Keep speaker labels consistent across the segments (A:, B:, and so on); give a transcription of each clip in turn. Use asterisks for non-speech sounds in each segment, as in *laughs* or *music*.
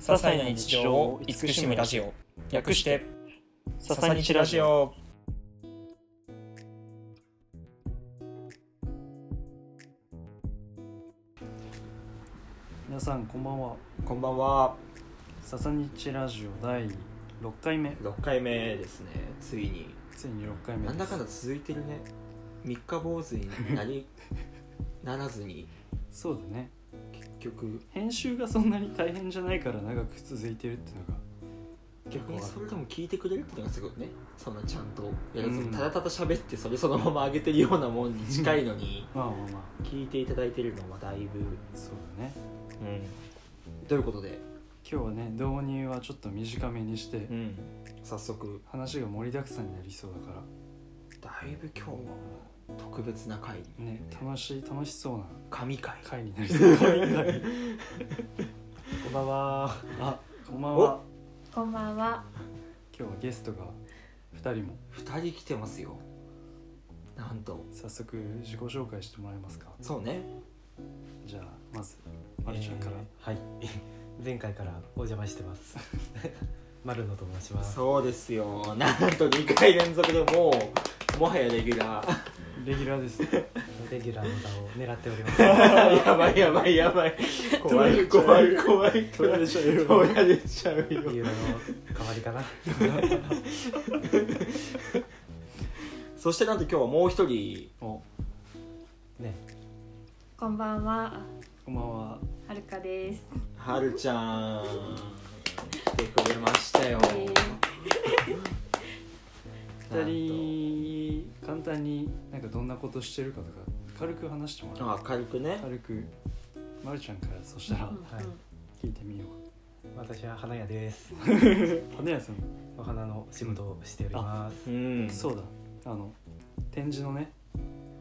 A: 些細な日常を慈しむラジオ略して「ささにちラジオ」
B: 皆さんこんばんは
A: こんばんは
B: ささにちラジオ第6回目
A: 6回目ですねついに
B: ついに6回目
A: なん
B: で
A: だ
B: す
A: かんだ続いてるね三日坊主になり *laughs* ならずに
B: そうだね
A: 結局
B: 編集がそんなに大変じゃないから長く続いてるってのが
A: 逆にそれでも聞いてくれるってのがすごいねそんなちゃんとやらず
B: うん
A: ただただ喋ってそれそのまま上げてるようなもんに近いのに
B: まあまあまあ
A: 聞いていただいてるのはだいぶ
B: そうだね
A: うんということで、
B: 今日はね導入はちょっと短めにして
A: ん、早速
B: 話が盛りだくさんになりそうだか
A: だいぶ今日は特別な回
B: らね楽しい楽しそうな
A: 神回
B: 回になりそ
A: *laughs*
B: う回回
A: こんばんは
B: あこんばんは
C: こんばんは。
B: 今日はゲストが2人も
A: 2人来てますよなんと
B: 早速自己紹介してもらえますか
A: そうね
B: じゃあまずまるちゃんから、
D: はい *laughs* 前回からお邪魔してます *laughs* 丸野と申します
A: そうですよなんと2回連続でもうもはやレギュラー
B: レギュラーですね
D: レギュラーの座を狙ってお
A: *laughs*
D: りますは
A: やばいやばいやばい怖い怖い怖い
B: 取られちゃうよ
A: 取られちゃう
D: い
A: よ
D: 理由の代わりかな
A: そしてなんと今日はもう一人
B: *laughs* お
D: ね
C: こんばんは。
B: こんばんは
C: はるかです。
A: はるちゃん来てくれましたよ
C: えー
A: なん
B: 2
A: と
B: 人簡単になんかどんなことしてるかとか軽く話してもら
A: あ
B: う
A: 軽くね
B: 軽くまるちゃんからそしたら
C: うんうん
B: 聞いてみよ
D: 私は花屋です
B: う花屋さん
D: お花の仕事をしております、
A: うん
B: そうだあの展示のね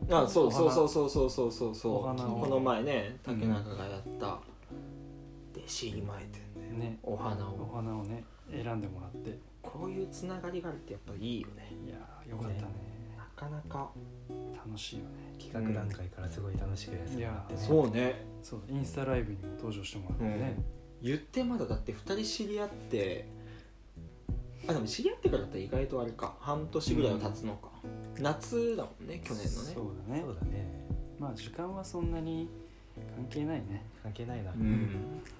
A: あそうそうそうそうそうそうそうそう
B: お花を
A: この前ね竹中がやった弟子入り前店で
B: ね
A: お花
B: お
A: を
B: 花をね選んでもらって
A: こういうつながりがあるってやっぱいいよね
B: いやーよかったね
A: なかなか
B: 楽しいよね
D: 企画段階からすごい楽しくやらせてもらってね、
A: そうね
B: そうインスタライブにも登場してもらってね、
A: 言ってまだだって2人知り合ってあでも知り合ってからだったら意外とあれか半年ぐらいは経つのか、夏だもんね去年のね
B: そうだね
D: そうだね
B: まあ時間はそんなに関係ないね
D: 関係ないな、
A: ん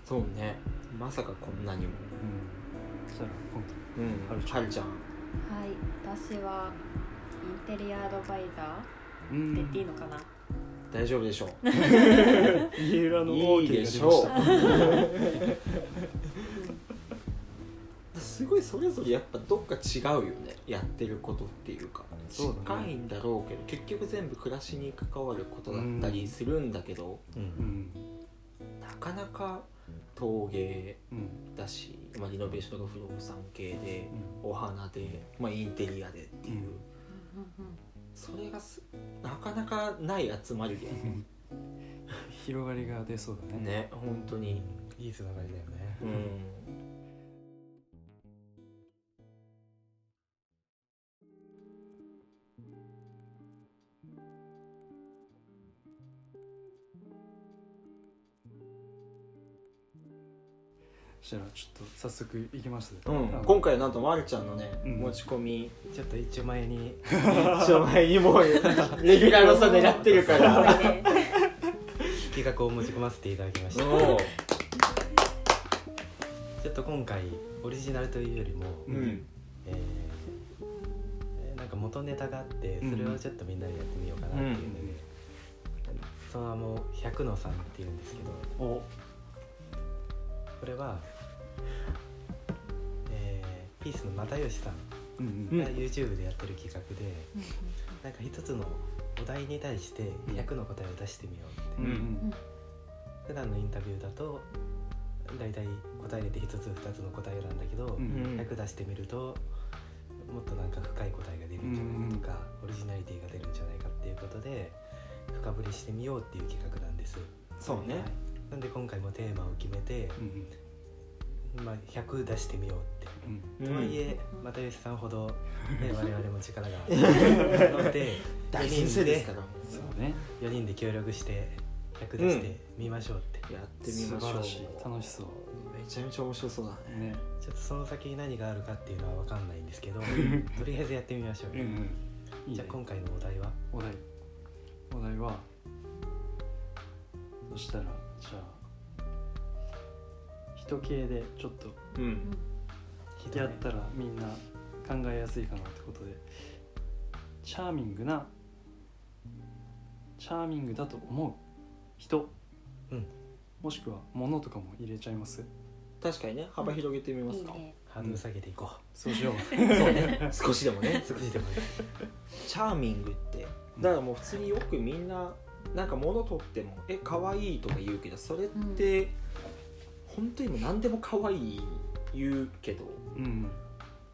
A: そうねまさかこんなにも
B: うんそしたら今度
A: うんは
B: は
A: る
B: る
A: ち
B: ち
A: ゃ
B: ゃん
A: ん
C: はい、私はインテリアアドバイザ
B: う
C: ー
B: ん
C: って言っていいのかな。
A: 大丈夫でしょう
B: 家裏の
A: いい
B: OK
A: で
B: が
A: し
B: 出
A: ょう
B: ました
A: すごいそれぞれやっぱどっか違うよねやってることっていうか
B: そうだね
A: 近いんだろうけど結局全部暮らしに関わることだったりするんだけど、
D: う
B: うんん
A: なかなか陶芸
B: うん
A: だし、まあ、リノベーションとか不動産系で
B: うん
A: お花で、まあ、インテリアでっていう、
B: うん
A: それがすなかなかない集まりで
B: 広がりが出そうだ
A: *laughs*
B: ね
A: ね本当に
D: いいつながりだよね、
A: うん
B: そしたらちょっと早速行きます
A: うん
B: あの
A: 今回はなんとまるちゃんのね、
B: うん
A: 持ち込み
D: ちょっと一丁前に
A: 一応前にもうレギュラーの差狙ってるから
C: すごいね
D: 企画を持ち込ませていただきました、
A: お
D: ちょっと今回オリジナルというよりも、
A: ううん
D: えーえーなんか元ネタがあってそれをちょっとみんなでやってみようかなっていうので、その名も「100の3」っていうんですけど
B: お
D: これは、えーピースの又吉さん
B: うん
A: うん
D: が YouTube でやってる企画で、なんか一つのお題に対して100の答えを出してみようって、
B: うんうん
D: 普段のインタビューだと大体答えれて1つ2つの答えなんだけど、
B: うん
D: 役出してみるともっとなんか深い答えが出るんじゃないかとか、オリジナリティが出るんじゃないかっていうことで深掘りしてみようっていう企画なんです
A: そうね
D: なんで今回もテーマを決めて、
B: うんうん
D: まあ、100出してみようっ
B: うん
D: て、
A: うん
D: とはいえ又吉さんほど、ね、我々も力があるので
A: *laughs* 大先生ですから
B: そうね
D: 4人で協力して100出してみましょうって、
A: やってみ
B: 素
A: ましょう
B: 晴らしい楽しそう
A: めちゃめちゃ面白そうだね
B: ね
D: ちょっとその先に何があるかっていうのは分かんないんですけどとりあえずやってみましょう
B: うん
D: よ、
B: うんいい
D: じゃ
B: ね
D: あ今回のお題は
B: お題お題はそしたらじゃあ人系でちょっと
A: うん
B: やったらみんな考えやすいかなってことでチャーミングなチャーミングだと思う人、
D: うん
B: もしくは物とかも入れちゃいます
A: 確かにね幅広げてみま
C: い
A: す
C: い
A: か、
C: ね
D: ハードル下げていこ
B: そうしよう
A: そうね少しでもね
D: う、少しでもね
A: チャーミングってだからもう普通によくみんななんか物取っても「え可愛いとか言うけどそれって、本当にもう何でも可愛い言うけど
B: *laughs* うん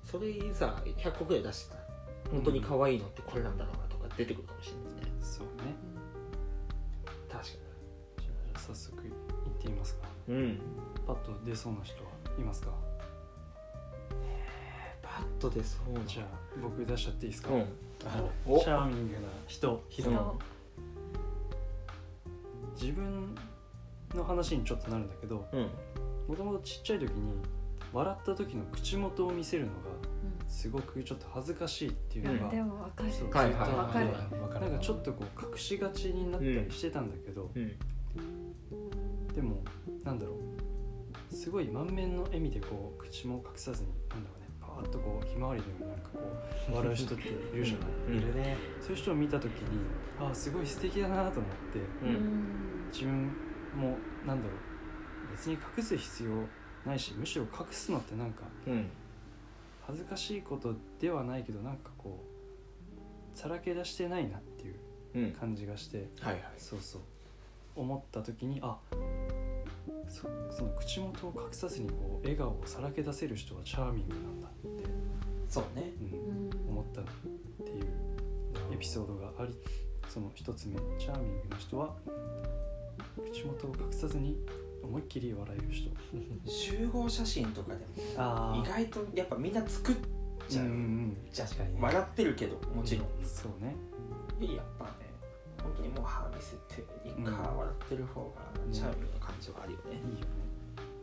A: それさ100個ぐらい出してたら本当に可愛いのってこれなんだろうなとか出てくるかもしれないね
B: そうね
A: 確か
B: じゃあ早速行ってみますか
A: にうん
B: パッと出そうな人はいますか
A: パッと出そうな
B: じゃあ僕出しちゃっていいですか、
A: うん
D: あ
A: お
B: チャーミングな人
D: ひ
A: う
D: どい
A: ん
C: 人
B: 自分の話にちょっとなるんだけど
A: うん
B: もともとちっちゃい時に笑った時の口元を見せるのが
C: う
B: すごくちょっと恥ずかしいっていうのが、
C: んでもわかる
B: そう
A: はいはい
C: わかる
D: わか
B: なんかちょっとこう隠しがちになったりしてたんだけど、
A: うん
B: でもなんだろうすごい満面の笑みでこう口も隠さずになんだろうねパーッとこうひまわりのようになんかこう笑う人っているじゃない
A: う
D: い
A: ん
D: るね
B: そういう人を見た時にああすごい素敵だなと思って
A: う
C: うんん
B: 自分もなんだろう別に隠す必要ないしむしろ隠すのってなんか
A: うん
B: 恥ずかしいことではないけどなんかこうさらけ出してないなっていう
A: うん
B: 感じがして
A: はいはい
B: そうそう思った時にあそその口元を隠さずにこう笑顔をさらけ出せる人はチャーミングなんだって、
A: そうね
B: うん
C: うん
B: 思ったっていうエピソードがありその一つ目チャーミングな人は口元を隠さずに思いっきり笑える人
A: 集合写真とかで
B: あ
A: も意外とやっぱみんな作っちゃう、
B: うんうん
A: じゃ
D: 確かにね
A: 笑ってるけどもちろん、
B: うんそうね
A: やっぱね本当にもう歯見せてにか
B: うん
A: 笑ってる方がチャーミングな感じはあるよね
B: い、いよね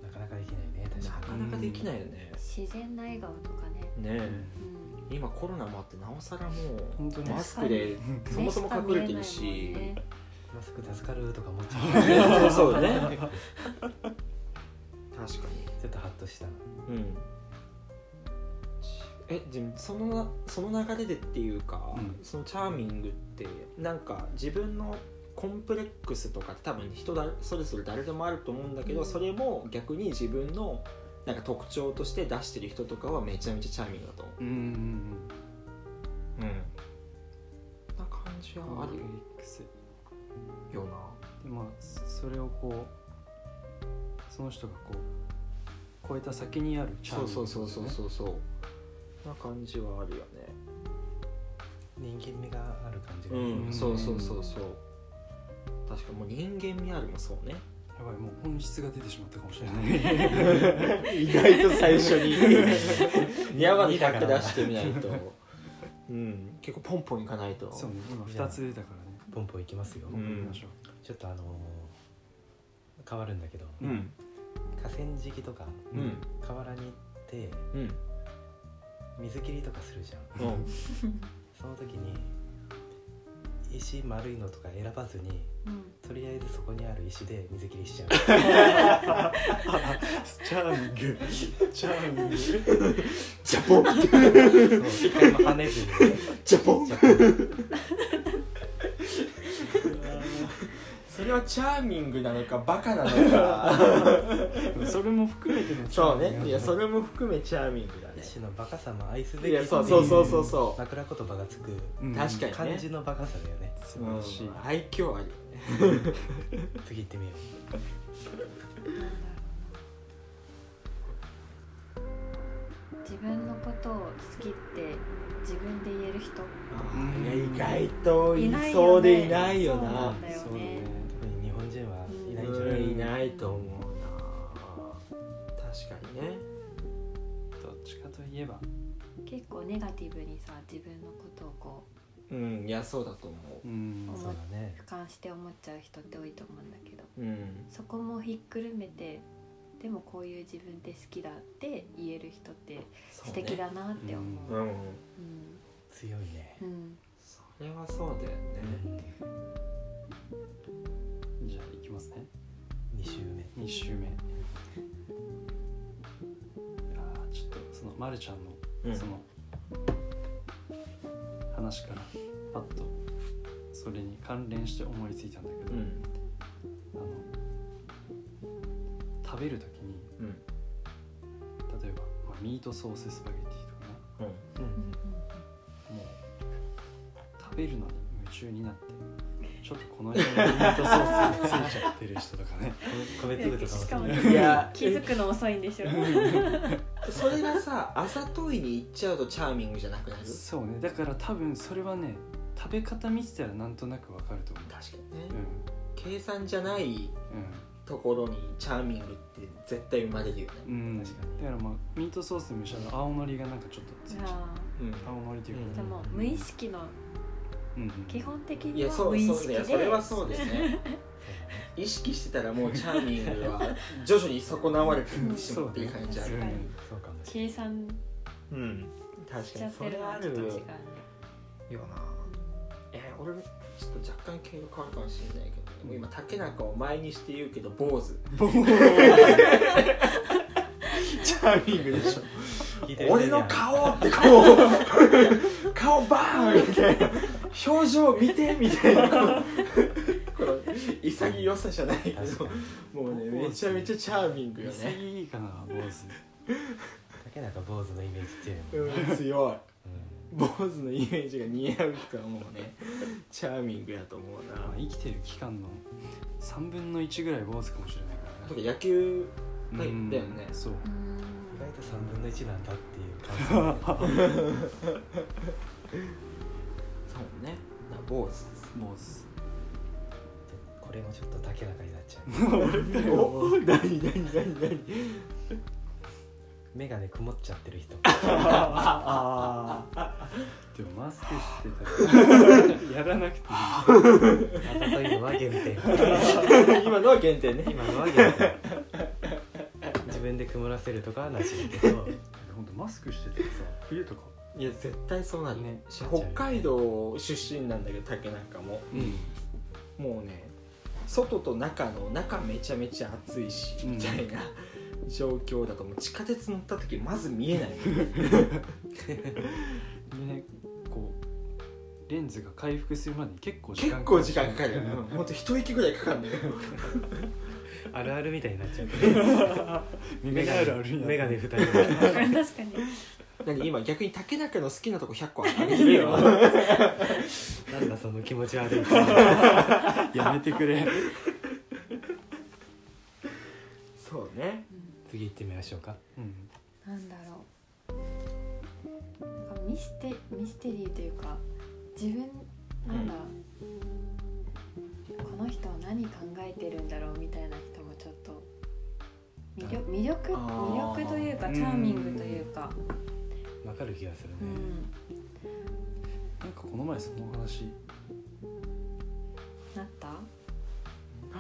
D: なかなかできないね確
A: な
D: か
A: かなかできないよね、
C: 自然な笑顔とかね
A: ね
C: うん
A: 今コロナもあってなおさらも
B: 本当
A: う
B: に
A: マスクでそもそも隠れてるし、
C: 目か
D: にマスク助かるとか *laughs* 思っち
A: ね
D: ゃう
A: そうそうね確か
D: ちょっとハッとしたな
A: にうんえでもそのその流れでっていうか、
B: うん
A: そのチャーミングってなんか自分のコンプレックスとかって多分人だそれぞれ誰でもあると思うんだけど、
C: うん
A: それも逆に自分のなんか特徴として出してる人とかはめちゃめちゃチャーミングだと思う
B: うんうんうん
A: うんな感じ
B: うん
A: はあ
B: コンプレ
A: る
B: ックス
A: よ
B: でまあそそれをこうその人がこう超えた先にあるチ
A: な、
B: ャーミン
A: そう
B: グ
A: そうそうそう
B: ね
A: そうそうな感じはあるよね
D: 人間味がある感じが、
A: うん、
B: うん
A: そうそうそうそう確かもう人間味あるもそうね
B: やばいもう本質が出てしまったかもしれない
A: 意外と最初にやばに100出してみないとうん結構ポンポンいかないと
B: そうね今2つ出たからね
D: ポンポンいきますよ、
A: うん
B: 行きましょう
D: ちょっとあのー変わるんだけど、
A: うん
D: 河川敷とか
A: うん
D: 河原に行って
A: うん
D: 水切りとかするじゃん
A: うん
D: その時に石丸いのとか選ばずに
C: うん
D: とりあえずそこにある石で水切りしちゃう
B: チャーミングチャーミング
A: ジャポン
D: そう一回も跳ねずに
A: ジャポン
D: やっちゃう
A: それはチャーミングなのかバカなのか
B: *laughs* それも含めてのチャ
A: そ
B: ー
A: う
B: ミング
A: ねいやそれも含めチャーミングだね
D: 石のバカさも愛すべ
A: い
D: き
A: やそうそうそうそう
D: う
A: そう
D: 枕言葉がつく
B: うん
A: 確かに
D: 感じのバカさだよね
B: 素晴らしい、
A: うん愛嬌あるよね
D: 次行ってみよ
C: なんだろうな自分のことを好きって自分で言える人
B: うん
A: いや意外といそうでいないよ
C: そうな
A: なん
C: だよ
B: そうだ
C: ね
B: ね
D: う特に日本人はいないんじゃ
A: う
D: なんい
A: いないと思うな確かにね
B: どっちかといえば
C: 結構ネガティブにさ自分のことをこ
A: うんいやそうだと思
B: うん
C: うん
D: そうだね
C: う俯瞰して思っちゃう人って多いと思うんだけど
A: ううん
C: そこもひっくるめてでもこういう自分って好きだって言える人って
A: 素
C: 素敵だなって思
A: う,、
C: う。
A: ん
C: うん
D: 強いね
C: う、ん
A: それはそうだよね
B: じゃあいきますね
D: 2周目
B: 2周目あーちょっとそのまるちゃんの
A: うん
B: その話からパッとそれに関連して思いついたんだけど、
A: うん
B: あの食べる時に
A: うん
B: 例えば、まあミートソーススパゲティとかね
A: うん
D: うん
B: もう食べるのに夢中になってちょっとこの辺にミートソースがついちゃってる人とかね
D: 米粒とか
C: しかも
D: も
A: いや
C: 気づくの遅いんでしょ。
A: それがさ *laughs* あざといに行っちゃうとチャーミングじゃなくなる
B: そうねだから多分それはね食べ方見てたらなんとなくわかると思う
A: 確かにね計算じゃない
B: うんうん
A: ところにチャーミングって絶対生まれるよね
B: うん、
D: 確かに
B: だからまあミートソースにしたら青のりがなんかちょっとつい
C: じ
B: ち
C: ゃ
B: ゃ
C: あ
A: うん
B: う青のりというか、
D: うん
C: じゃあもう無意識の
B: うんうん
C: 基本的
A: い
C: に
A: や
C: は
A: そう
C: 無意
A: そう
C: 識
A: ね
C: で。
A: それはそうです
C: *laughs*
A: ね意識してたらもうチャーミング *laughs* は徐々に損なわれてしまっている感じあ
C: 確
A: る
C: かに
B: *laughs*
D: そうかもしれ
C: 計算
A: うん確
C: し
A: か
C: ちゃ
A: に
C: っ
A: それ
C: てるの
A: は
C: は
A: あ
C: ち
A: る
C: ょっと違うね。
A: よなえー、俺もちょっと若干毛色変わるかもしれないけど、もう今竹中を前にして言うけど坊主チャーミングでしょ
D: ない聞いてる
A: 俺
D: 人に
A: の
D: は
A: 顔ってこう顔バーンみたいな表情見てみたいなこのこの潔さじゃないけ
D: 確
A: ど
D: かに
A: もうねめちゃめちゃチャーミングよね
B: 潔いかな坊主
D: 竹中坊主のイメージ強いもんね、
A: うん強い
D: うん
A: 坊主のイメージが似合う人はもうねチャーミングやと思うな
B: まあ生きてる期間の3分の1ぐらい坊主かもしれないから
A: と
B: ね
A: か野球だよ
B: うん
A: ね *laughs*
B: そう
C: う
D: 意
C: ん
D: 外と3分の1なんだっていう感じ
A: そうねだから坊主です
B: 坊主
D: これもちょっと竹中になっちゃう
A: お何何何何
D: 眼鏡曇っちゃってる人
B: ああでもマスク
A: *laughs*
B: してたらやらなくていい
D: あざといのは原点
A: *laughs* 今のは原点ね
D: 今のは原点自分で曇らせるとかはなしだけど
B: 本当マスクしててさ冬とか
A: いや絶対そうなるね
B: ね
A: 北海道出身なんだけど竹中も
B: うん
A: もうね外と中の中めちゃめちゃ暑いし
B: うん
A: みたいな *laughs* 状況だともう地下鉄乗った時まず見えない
B: でねこうレンズが回復するまでに結構時
A: 結 *laughs*
B: 間
A: 構時間かかるよねうんほんと一息ぐらいかかる *laughs* んだよ
D: あるあるみたいになっちゃう
B: 眼鏡あるあるにな
D: 眼鏡二人で
C: 確かに。
A: なんで今逆に竹中の好きなとこ100個あげてるよ
D: なんだその気持ち悪い感
B: やめてくれ
A: *laughs* そうね
C: うん
D: じ次行ってみましょうか
B: うん
C: なんだろう。なんかミステミステリーというか自分なんだ。この人は何考えてるんだろうみたいな人もちょっと魅力魅力
A: あー
C: 魅力というかチャーミングというか。
D: わかる気がするね、
C: うん。
B: なんかこの前その話
C: なった？
A: な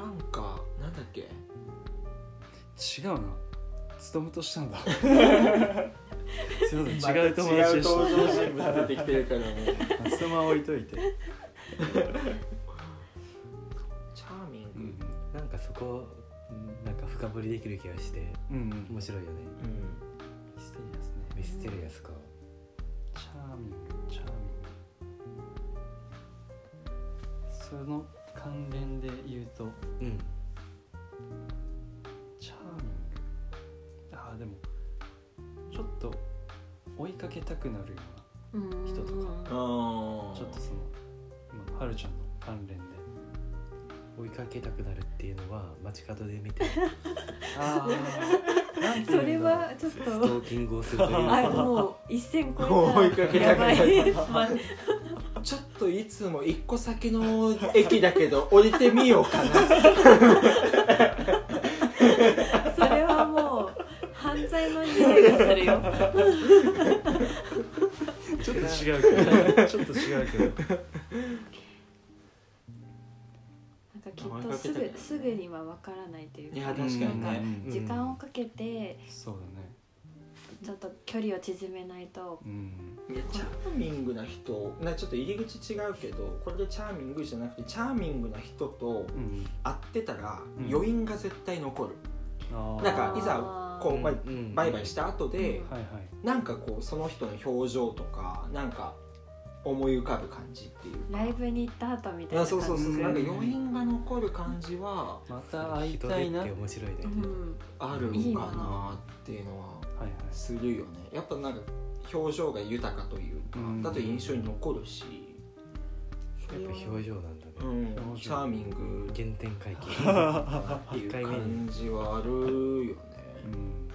A: んかなんだっけ
B: 違うな勤としたんだすいません違う友達
A: 違
B: で
A: う
B: し
A: 登場人物出てきてるからね
B: た勤は置いといて、
A: チャーミン
B: う
A: グ、
B: ん
D: なんかそこうんなんか深掘りできる気がして
B: うんうん、
D: 面白いよね
A: うん
B: ミステリアスね
D: ミステリアスか
B: チャーミングチャーミングその関連で言うと
D: うん
B: チャーミングああでもちょっと追いかけたくなるよ
C: うん
B: 人とかう
A: あ
B: な
A: あ
B: ちょっとその今はるちゃんの関連で
D: 追いかけたくなるっていうのは街角で
C: *laughs*
D: 見て
B: ああ
C: それはちょっ
D: ス
C: と。
D: トーキングをするという
C: あ
D: か
C: もう一線超
A: 追
C: え
A: いかけ
C: たら
A: た
C: や
A: くな
C: ば
A: る
C: い、
A: ちょっといつも一個先の駅だけど降りてみようかな
C: それはもう犯罪の匂いがするよ
B: ちょっと *laughs* 違うけどちょっと違うけど
C: なんかきっとすぐすぐにはわからないという
A: いや確かに
C: なんか
A: ね
B: う
A: うん
B: ん
C: 時間をかけて
B: そうだね
C: ちょっと距離を縮めないと
B: うん
A: いやチャーミングな人なちょっと入り口違うけどこれでチャーミングじゃなくてチャーミングな人と
B: うん
A: 会ってたら
B: うん
A: 余韻が絶対残る、
B: あー
A: なんかい
C: あ
A: ざ
C: ー
A: こう、ま
D: うん
A: バイバイした後で
C: うん、
B: はいはい
A: なんかこうその人の表情とかなんか思い浮かぶ感じっていうか
C: ライブに行った後みたい
A: あ
C: な
A: そ
C: 感
A: う
C: じ
A: そうそう
B: うん
A: なんか余韻が残る感じは
B: また会いたいな
D: 人
B: はい
D: 手って面白いね、
C: うん
A: ある
C: いい
A: のかな
C: な
A: っていうのは
B: はい
A: するよねやっぱなんか表情が豊かというか、
B: うん
A: だと印象に残るしそれ
D: や
A: は
D: っぱ表情なんだね、
A: うん
B: 表情
A: チャーミング
D: 原点回
C: *laughs*
D: 帰
A: っていう
D: 一回目に
A: 感じはあるよね、
B: うん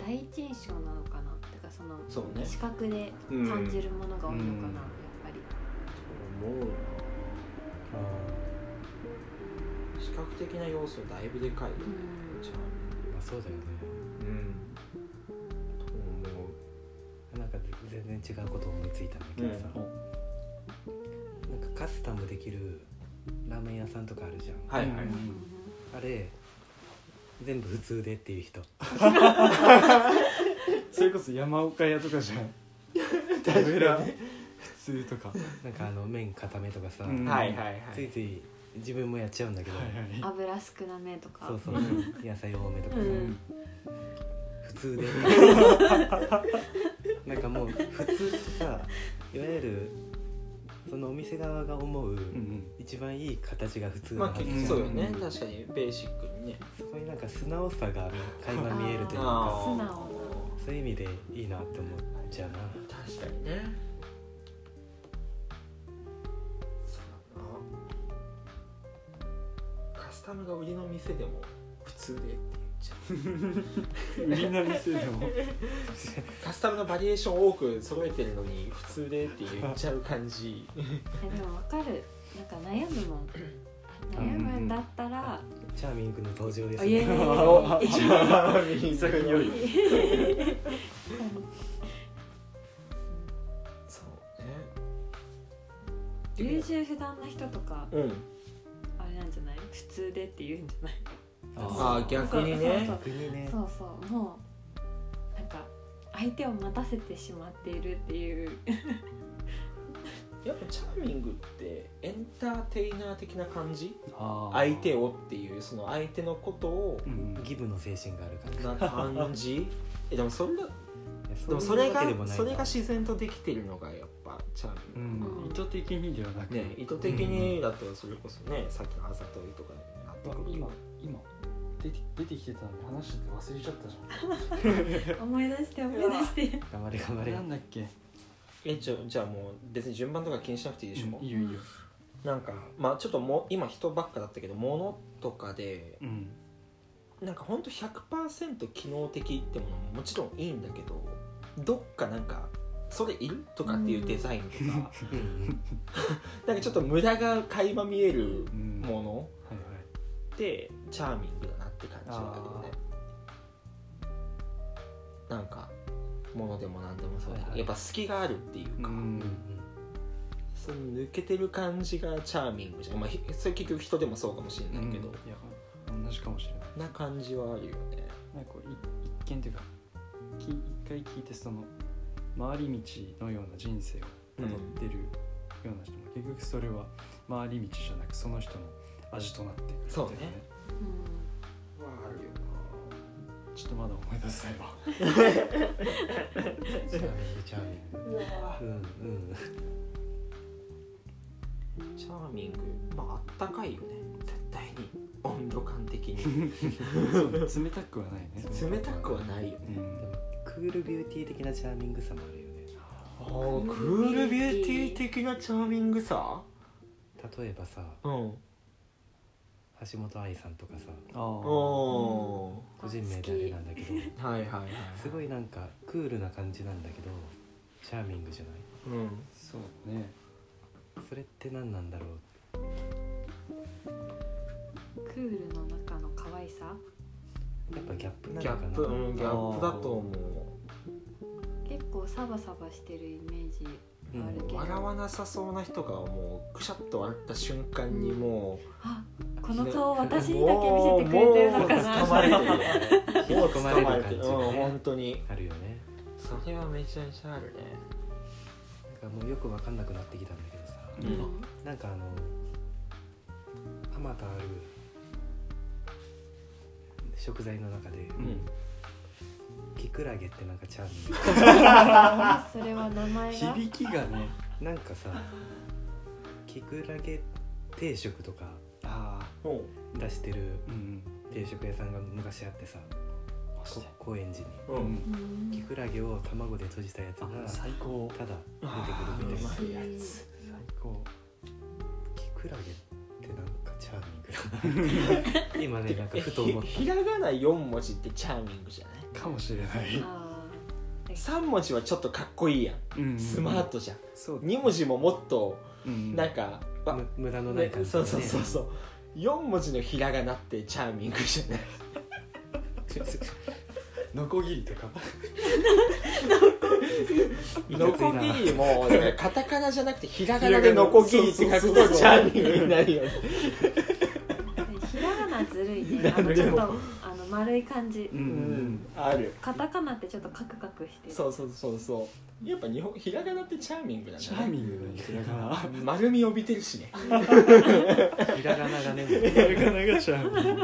C: 第一印象なのかなてかその
A: そうね
C: 視覚で感じるものが多いのかな、やっぱり
A: 思うな
B: あ
A: 視覚的な要素だいぶでかいよね
C: うん
A: チャーミ
D: まあそうだよね
A: ングうんと思う
D: なんか全然違うこと思いついたんだけどさ、なんかカスタムできるラーメン屋さんとかあるじゃん、
B: ー
A: はいは
B: う
A: い
B: ん
D: あれ全部普通でっていう人
B: それこそ山岡屋とかじ *laughs* ゃん食べら普通とか
D: なんかあの麺固めとかさ、
B: うん
A: はいはいはい
D: ついつい自分もやっちゃうんだけど、
B: はいはい
C: 油少なめとか
D: そうそう野菜多めとかさ、
C: うん
B: *laughs*
D: 普通でなんかもう普通ってさいわゆるそのお店側が思う
B: うん
D: 一番いい形が普通
A: ま
D: な
A: あ
D: はず
A: 結
D: じ
A: 局そ
D: ゃん
A: うよね
B: うん
A: 確かにベーシックにね
D: そこになんか素直さが垣間見えるというか
C: あ素直
D: そういう意味でいいなって思っちゃうな
A: 確かにねそうだなカスタムが売りの店でも普通でって言っちゃ
B: うん売りな店でも
A: うカスタムのバリエーション多く揃えてるのに普通でって言っちゃう感じ
C: えでもわかるなんか悩むもん悩むんだったら、
D: チャーミングの登場です
C: あいえいえい
D: ね
C: え
A: チャーミング
B: 潔い
A: そうね
C: 優柔不断な人とか
A: うん
C: あれなんじゃない普通でって言うんじゃない
A: ああ逆にね
D: 逆にね
C: そうそうもうなんか相手を待たせてしまっているっていう
A: やっぱチャーミングってエンターテイナー的な感じ
B: あー
A: 相手をっていうその相手のことを
B: うん
D: ギブの精神があるから
A: な感 *laughs* じえでもそれがでもそ
D: い
A: れ
D: うわ
A: が
D: けでもない
A: そ
D: な
A: れが自然とできてるのがやっぱチャーミ
B: う
A: ング、
B: ん意図的にではなく
A: ね意図的にだとそれこそね、さっきのあざといとかになってくるけ
B: 今
A: ど
B: 今出て出てきてたのに話してて忘れちゃったじ
C: 思い出して思い出して
D: 頑張れ頑張
B: ゃん
D: れ
B: なんだっけ
A: えじゃじゃあもう別に順番とか気にしなくていいでしょ、
B: いいよいいよ
A: なんかまあちょっともう今人ばっかだったけど物とかで
B: うん
A: なんかほんと100%機能的ってものももちろんいいんだけどどっかなんかそれいるとかっていうデザインと
D: *laughs*
A: か、
D: うん
A: なんかちょっと無駄が垣間見える
B: うん
A: もの
B: はいはい
A: ってチャーミングだなって感じはあるよねなんかものでも何でもそうだけど、
D: はいはい
A: やっぱ隙があるっていう
B: う
A: か、
D: うん
B: ん
A: その抜けてる感じがチャーミングじゃん、まあ、ひそれ結局人でもそうかもしれないけど、
B: いや同じかもしれない
A: な感じはあるよね
B: なんかこうい一見というかき一回聞いてその回り道のような人生を辿ってるような人も、結局それは回り道じゃなくその人の味となっていくってい
A: そうね
C: う
A: はあるよ
B: ちょっとまだ思い出せな
A: *laughs*
B: いわ
D: チャーミングチャーミングうんうん
A: チャーミングまああったかいよね絶対に温度感的 *laughs* に
B: そう冷たくはないね
A: 冷たくはないよね
B: うん
D: でもクールビューティー的なチャーミングさもあるよね
A: あークールビューティー的なチャーミングさ
D: 例えばさ
A: うん
D: 橋本愛さんとかさ
B: あー
A: おー
D: 個人名であれなんだけど
A: はいはいはい
D: すごいなんかクールな感じなんだけどチャーミングじゃない
A: うん
B: そうね
D: それって何なんだろうん
C: クールの中の可愛さ
D: やっぱギャップなの
A: ギ
D: か
A: ャ
D: な
A: ップ、うん、ギャップだと思
C: 結構サバサバしてるイメージ
A: う。
C: があるけど、
A: 笑わなさそうな人がもうくしゃっと笑った瞬間にも
C: あこの顔私にだけ見せてく
D: *laughs*
C: れてるの
A: も
C: か
A: うもう捕ま
C: な
A: えてるよねう
D: 引き込まれる感じ
A: うん
D: がね
A: 本当に
D: あるよね
A: それはめちゃめちゃあるね
D: なんかもうよく分かんなくなってきたんだけどさ、
A: うん
D: なんかあのあまたある食材の中で、
A: うん
D: キクラゲってなんかチャーミング
C: あそれは名前が
B: 響きがね
D: なんかさキクラゲ定食とか
B: あ
A: も
D: 出してる
B: あうん
D: 定食屋さんが昔あってさ
B: マジ
D: こ
B: で
D: 高円寺に
A: う
B: うんん
C: うん
D: キクラゲを卵で閉じたやつが
B: あ最高
D: ただ
A: あ
D: 出
A: ー
D: てくるみたいな
A: うまいやつ
B: 最高
D: キクラゲってなんかチャーミングだな今ねなんかふと思っ
A: えひひらがな4文字ってチャーミングじゃない
B: かもしれない、
C: あ
A: 3文字はちょっとかっこいいやん
B: うん
A: スマートじゃん
B: そう
A: 2文字ももっと
B: うん
A: なんか、
D: た
A: わ
D: む無駄のない感じ
A: そ
D: が
A: う
D: ね
A: そうそうそう4文字のひらがなってチャーミングじゃない
B: *laughs* ノコギリとか
A: ノコギリもだからカタカナじゃなくてひらがなでノコギリって書くとチャーミングになるよね
C: ーひらがなずるいね
A: な
C: あの
A: るよ
C: ちょっとあの丸い感じ、
B: う
A: うんんある
C: カタカナってちょっとカクカクしてる
A: そうそうそうそうやっぱ日本ひらがなってチャーミングだね
B: チャーミングだねひらがな
A: 丸み帯びてるしね
D: ひらがながね
B: ひらがながチャーミング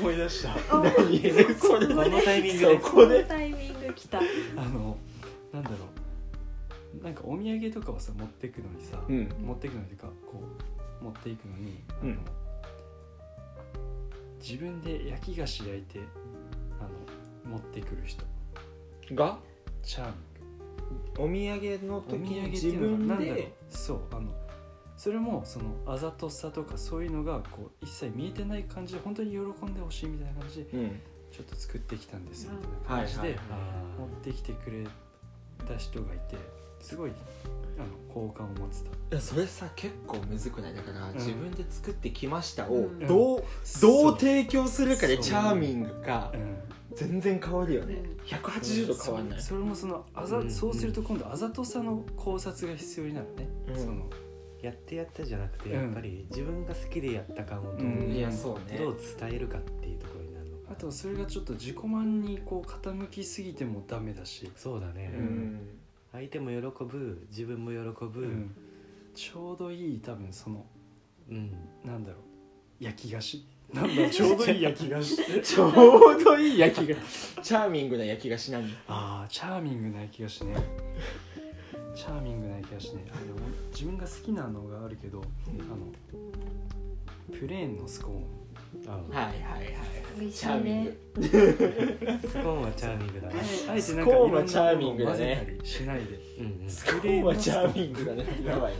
B: 思い出した
C: あ
A: 何それ
D: このタイミング
A: そ
D: で
A: こ
C: この
A: で
C: タイミング来た
B: あのなんだろうなんかお土産とかをさ持ってくのにさ、
A: うん
B: 持ってくのにというかこう持っていくのにあの、
A: うん
B: 自分で焼き菓子焼いてあの持ってくる人
A: が
B: チャーミ
A: お土産の時
B: ングお土
A: に
B: 産って
A: 自
B: いうの
A: 分
B: がなんだろう
A: で
B: そうあのそれもそのあざとさとかそういうのがこう一切見えてない感じで本当に喜んでほしいみたいな感じで
A: うん
B: ちょっと作ってきたんですみたいな
A: はい
B: 感じで、
A: はい
D: あ
B: 持ってきてくれた人がいてすごいあの好感を持ってた
A: いやそれさ結構むずくないだから、
B: ん
A: 自分で作ってきました
C: う
A: を
C: ん
A: どう
B: そ
A: ど
B: う
A: う提供するかで
B: そう
A: チャーミングか
B: うん
A: 全然変わるよね
C: うん
A: 180度変わんない
B: そそれもそのあざ、
D: うん
B: そうすると今度あざとさの考察が必要になるね、
A: うん
B: その
D: ーやってやったじゃなくて
B: うん
D: やっぱり自分が好きでやった感をどう,、
B: うん
A: いやそうね
D: どう伝えるかっていうところになるのか
B: あとそれがちょっと自己満にこう傾きすぎてもダメだし、
D: そうだね、
A: うん
D: 相手も喜ぶ自分も喜ぶ、
B: うんちょうどいい多分その
D: うん
B: なんだろう焼き菓子なんだろうちょうどいい焼き菓子
A: *laughs* ちょうどいい焼きがチャーミングな焼き菓子なんだ
B: あーチャーミングな焼き菓子ねチャーミングな焼き菓子ねあでも自分が好きなのがあるけどあのプレーンのスコーン
D: あ
A: はいはいはい
C: 美味し
A: チャ
C: い
A: ーミン
C: ね
A: グ
D: スコーンはチャーミングだね、
B: あえてなん
A: ス
B: か
A: コー
B: い
A: ンは
B: ろんなものを
A: チャーミングだ
B: 混
A: ね
B: ぜたりしないで
D: うんうん、
A: スコーンはチャーミングだねやばい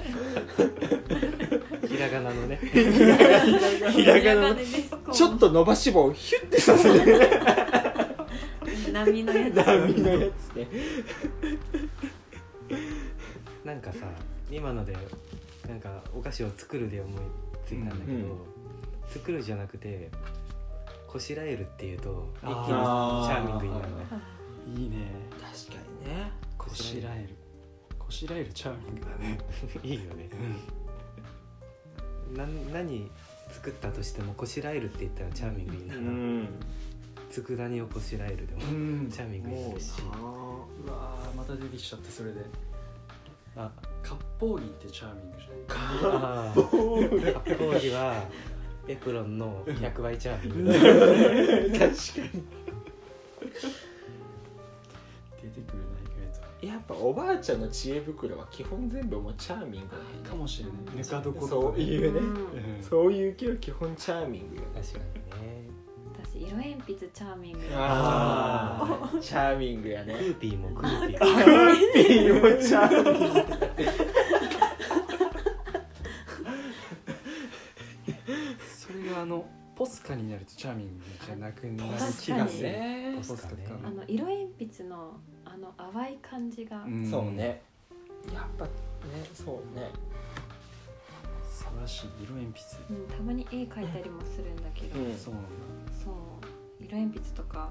D: ひらがなのね
A: *laughs* ひらがなの
C: でねこう
A: ちょっと伸ばし棒をヒュッてさせる
C: 波のやつ
A: 波のやつね
D: なんかさ今のでなんかお菓子を作るで思いついたんだけ
A: う
D: ど、
A: ん
D: 作るじゃなくてこしらえるっていうと一気にチ
A: あー
D: ャーミングになるね
B: いいね
A: 確かにね
B: こしらえるこしらえるチャーミングだね
D: いいよねな何作ったとしてもこしらえるって言ったらチャーミングにな
A: う
D: る、
A: ん
D: 佃煮をこしらえるでも
B: ん
D: チャーミングになるし
A: も
B: うわーまた出てきちゃってそれであ割烹着ってチャーミングじ
A: うな
B: ゃない
D: あ
A: あ
D: あ発泡着はエプロンの100倍チャーミング
A: 確か
B: 出てくるな意外
A: にやっぱおばあちゃんの知恵袋は基本全部もうチャーミングなん
B: と
A: だ
B: かもしれないぬか床と
A: そう
B: ね
A: いうね、
B: うん
A: そういう系は基本チャーミングよね
D: 確かにね
C: 私色鉛筆チャーミング
A: あーチャーミングやね
D: クーピーもク
A: *laughs*
D: ーピー
A: クーピーもチャーミング
B: それがあのポスカになるとチャーミングじゃなくなる
C: 確
B: 気
C: か
B: が
C: に
B: する
A: ね
D: ポスカね
C: あの色鉛筆のあの淡い感じが、
B: ん
A: そうねやっぱねそうね
B: 素晴らしい色鉛筆
C: うんたまに絵描いたりもするんだけど、
A: うん
B: そうなんだ
C: そう色鉛筆とか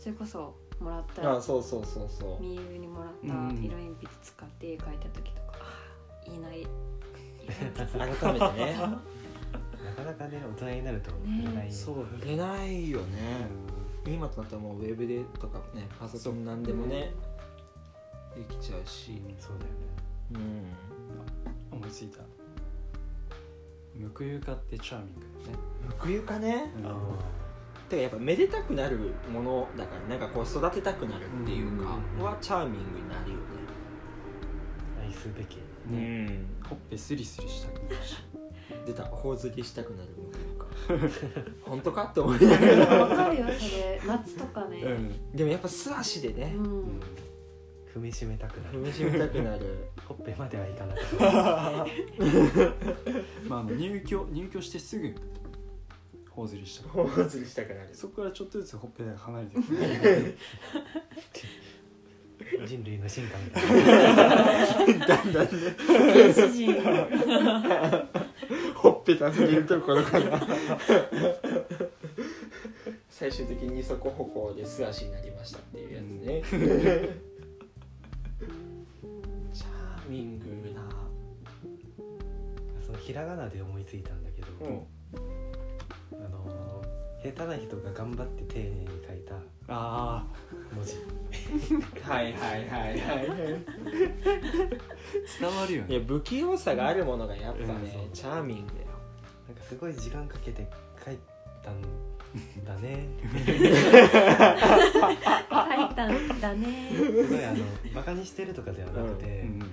C: それこそもらった
A: あそうそうそうそう
C: ミールにもらった
B: うんうん
C: 色鉛筆使って絵描いた時とか、あーいいな色鉛筆
A: 改めて *laughs* ね
D: なかなかね大人になると
C: ね
D: 売れない、
B: そうだね
A: 出ないよね、今となったらもうウェブでとかねパソコンなん *laughs* でもね、できちゃうし
D: そうだよね
A: うん
B: 思いついたむくゆかってチャーミングだよね
A: 福床ね、
B: うん
A: てかやっぱめでたくなるものだからなんかこう育てたくなるっていうか
D: うん
A: はチャーミングになるよ
D: 愛すべき
B: ね
A: ね
B: ほっぺスリスリしたくなるし
A: うん出た頬付けしたくなるみたいなか *laughs* 本当かって思いながら
C: わかるよそれ夏とかね、
B: うん
A: でもやっぱ素足でね
C: うん
B: *laughs*
D: 踏みしめたくな
A: 踏
D: る
A: みしめたくなる
D: ほっぺまでは
B: *laughs*
D: いかなかった
B: まああの入居入居してすぐ頬ずりした
A: 頬付けしたくなる
B: そこからちょっとずつほっぺたが離れてくる
D: 人類の進化みたい
B: *laughs*
D: な
C: 原始人の
A: ほっぺた触れるところかな最終的に二足歩行で素足になりましたっていうやつね、チャーミングな
D: そのひらがなで思いついたんだけど、あの下手な人が頑張って丁寧に書いた
B: *laughs* ああ
D: 文字
A: はいはいはいはいはい
B: 伝わるよ
A: いや
B: ね
A: 不器用さがあるものがやっぱね、
D: うん
A: チャーミングだよ
D: なんかすごい時間かけて書いたんだ
B: *laughs*
D: ね
C: 書いたんだね
D: すごいあのバカにしてるとかではなくて、
B: うん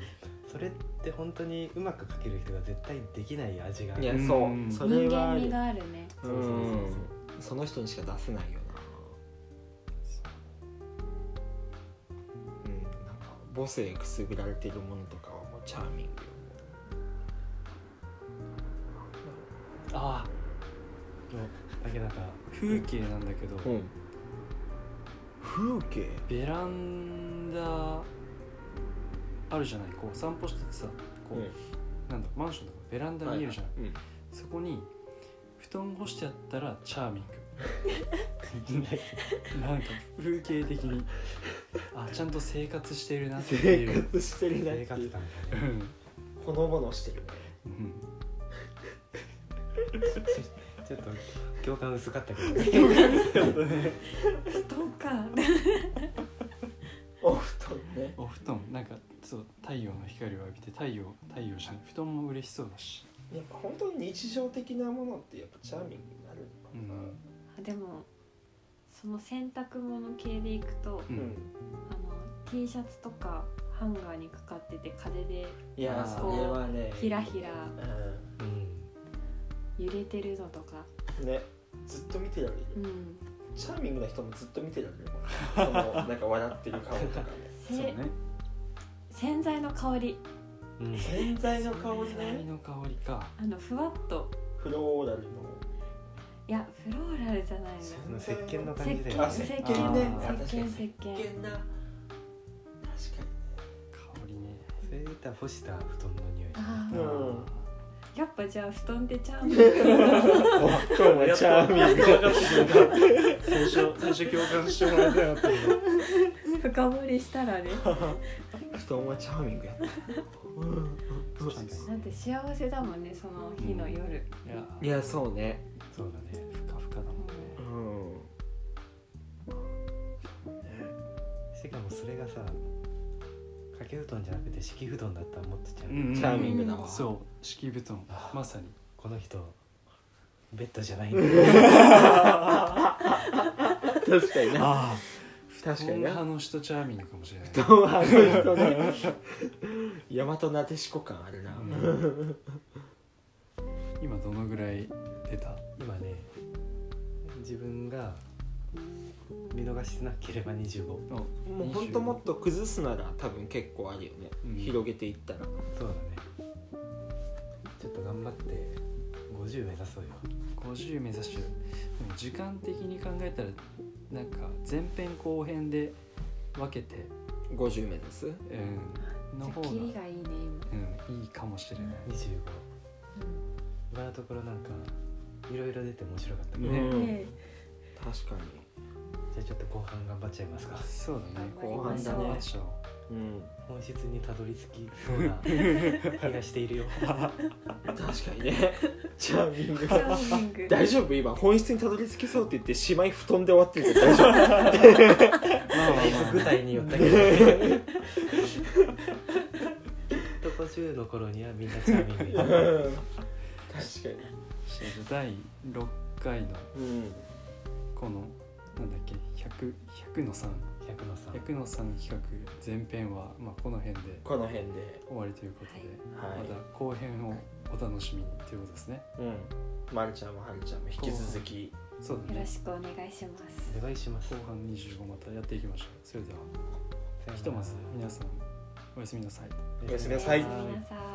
D: それって本当にうまく書ける人が絶対できない味が
A: いや
B: うん
A: そう、
B: うん
A: それ
C: 人
A: はあ
C: 間
A: る
C: 味があるね
A: う
D: そうそうそうそうん
A: その人にしか出せないよなうんなんか母性くすぐられているものとかはもうチャーミングよ
B: ああ
D: だけなんか
B: 風景なんだけど、
A: うん、風景
B: ベランダあるじゃないこう散歩しててさこう、
A: うん
B: なんだマンションとかベランダ見えるじゃん、
A: はいはい
B: そこに布団干してあったらチャーミングなんか風景的にあちゃんと生活してるなって
A: 生
B: いう、
A: 活してるなって
D: 生活
A: いう
D: 感が
B: う
D: ね
B: ん
A: ほのぼのしてるね
B: うん
D: ちょっと共感薄かったけど
C: 布団か
A: お布団ね
B: お布団なんかそう太陽の光を浴びて太陽太陽じゃない布団も嬉しそうだし、
A: やっぱ本当に日常的なものってやっぱチャーミングになる
B: う
A: のか
B: ん
C: あでもその洗濯物系でいくと
B: う
A: な、
B: ん、
C: あの T シャツとかハンガーにかかってて風で
A: いや
B: あー
A: それはね
C: ひらひら
A: う
D: うん
C: 揺れてるのとか
A: んねずっと見てられる、
C: うん
A: チャーミングな人もずっと見てられるもんそのなんか笑ってる顔とかね *laughs*
B: そう
C: せ
B: ね
C: 洗剤の香り
D: うん
A: 洗剤の香りね
B: 愛の香りか
C: あのふわっと
A: フローラル
C: いやフローラルじゃないの
D: その石鹸の
C: 石
D: 感じだよ
C: 鹸
A: あ
D: ね
A: 石
C: 石鹸
A: 鹸
B: ね
A: あ確か
C: 石鹸石
A: の
C: 鹸
A: な確か
B: 香りね
D: それで言ったら干した布団の匂い
C: あ
A: うん
C: ーやっぱじゃあ布団ってちゃうん
A: *laughs*
C: だ
A: に今日もチャーミング
B: 最初最初共感してもらえたかったけど
C: 深掘りしたらね
A: 布団はチャーミングやった
B: そうなんです
C: だって幸せだもんねその日の夜、
B: いや
A: いやそうね
D: そうだね
B: ふかふかだもんね
A: うん
D: しかもそれがさ掛け布団じゃなくて敷布団だったらもっとちゃう、
A: チャーミングだ
C: う
A: わ
B: そう敷布団まさに
D: この人ベッドじゃないんだ
A: 確かにな
B: あ
A: 確かにな
B: 派の人チャーミングかもしれない
A: 布団は布団ね大和なでしこ感あるな
B: うん今どのぐらい出た
D: 今ね自分が見逃してなければ25
B: の
A: もうほんともっと崩すなら多分結構あるよね、
B: うん
A: 広げていったら
D: そうだねちょっと頑張って50目指そうよ
B: 50目指してるでも時間的に考えたらなんか前編後編で分けて、
A: 50名です
B: うん、の
C: じゃ
B: 方
C: あ
B: が、
C: キリがいいね
B: うん、いいかもしれない
D: 25
C: 今
D: 今のところなんかいろいろ出て面白かったけど、
B: ね
A: うん
C: ね
A: 確かに
D: じゃじゃあちょっと後半頑張っちゃいますか
B: そうだね
C: 頑
A: 張りましょう
B: 後半ちょっ
A: うん、
D: 本質にたどり着きそうな気がしているよ
A: 確かに *laughs* ねチャーミング
C: チャーミング
A: 大丈夫今本質にたどり着きそうって言ってしまい布団で終わってるけど大 *laughs* 丈夫
B: とまあまあまあ
D: 具体によったけどねきっと50の頃にはみんなチャーミングにな
A: 確か
B: じ
D: る
B: ゃあ第6回の
A: にうん
B: このなんだっけ100 100の3
D: 100の3
B: 100の3企画前編は、まあ、この辺で
A: この辺で
B: 終わりということで、
A: はい、
B: また後編をお楽しみにということですね
A: うんまるちゃんもはるちゃんも引き続き
B: そうだ
C: よろ
B: ね
C: しくお願いします
D: お願いします
B: 後半25またやっていきましょうそれでは
D: さよなら
B: ひとまず皆さんおやすみなさい
A: おやすみなさい
C: おやすみなさい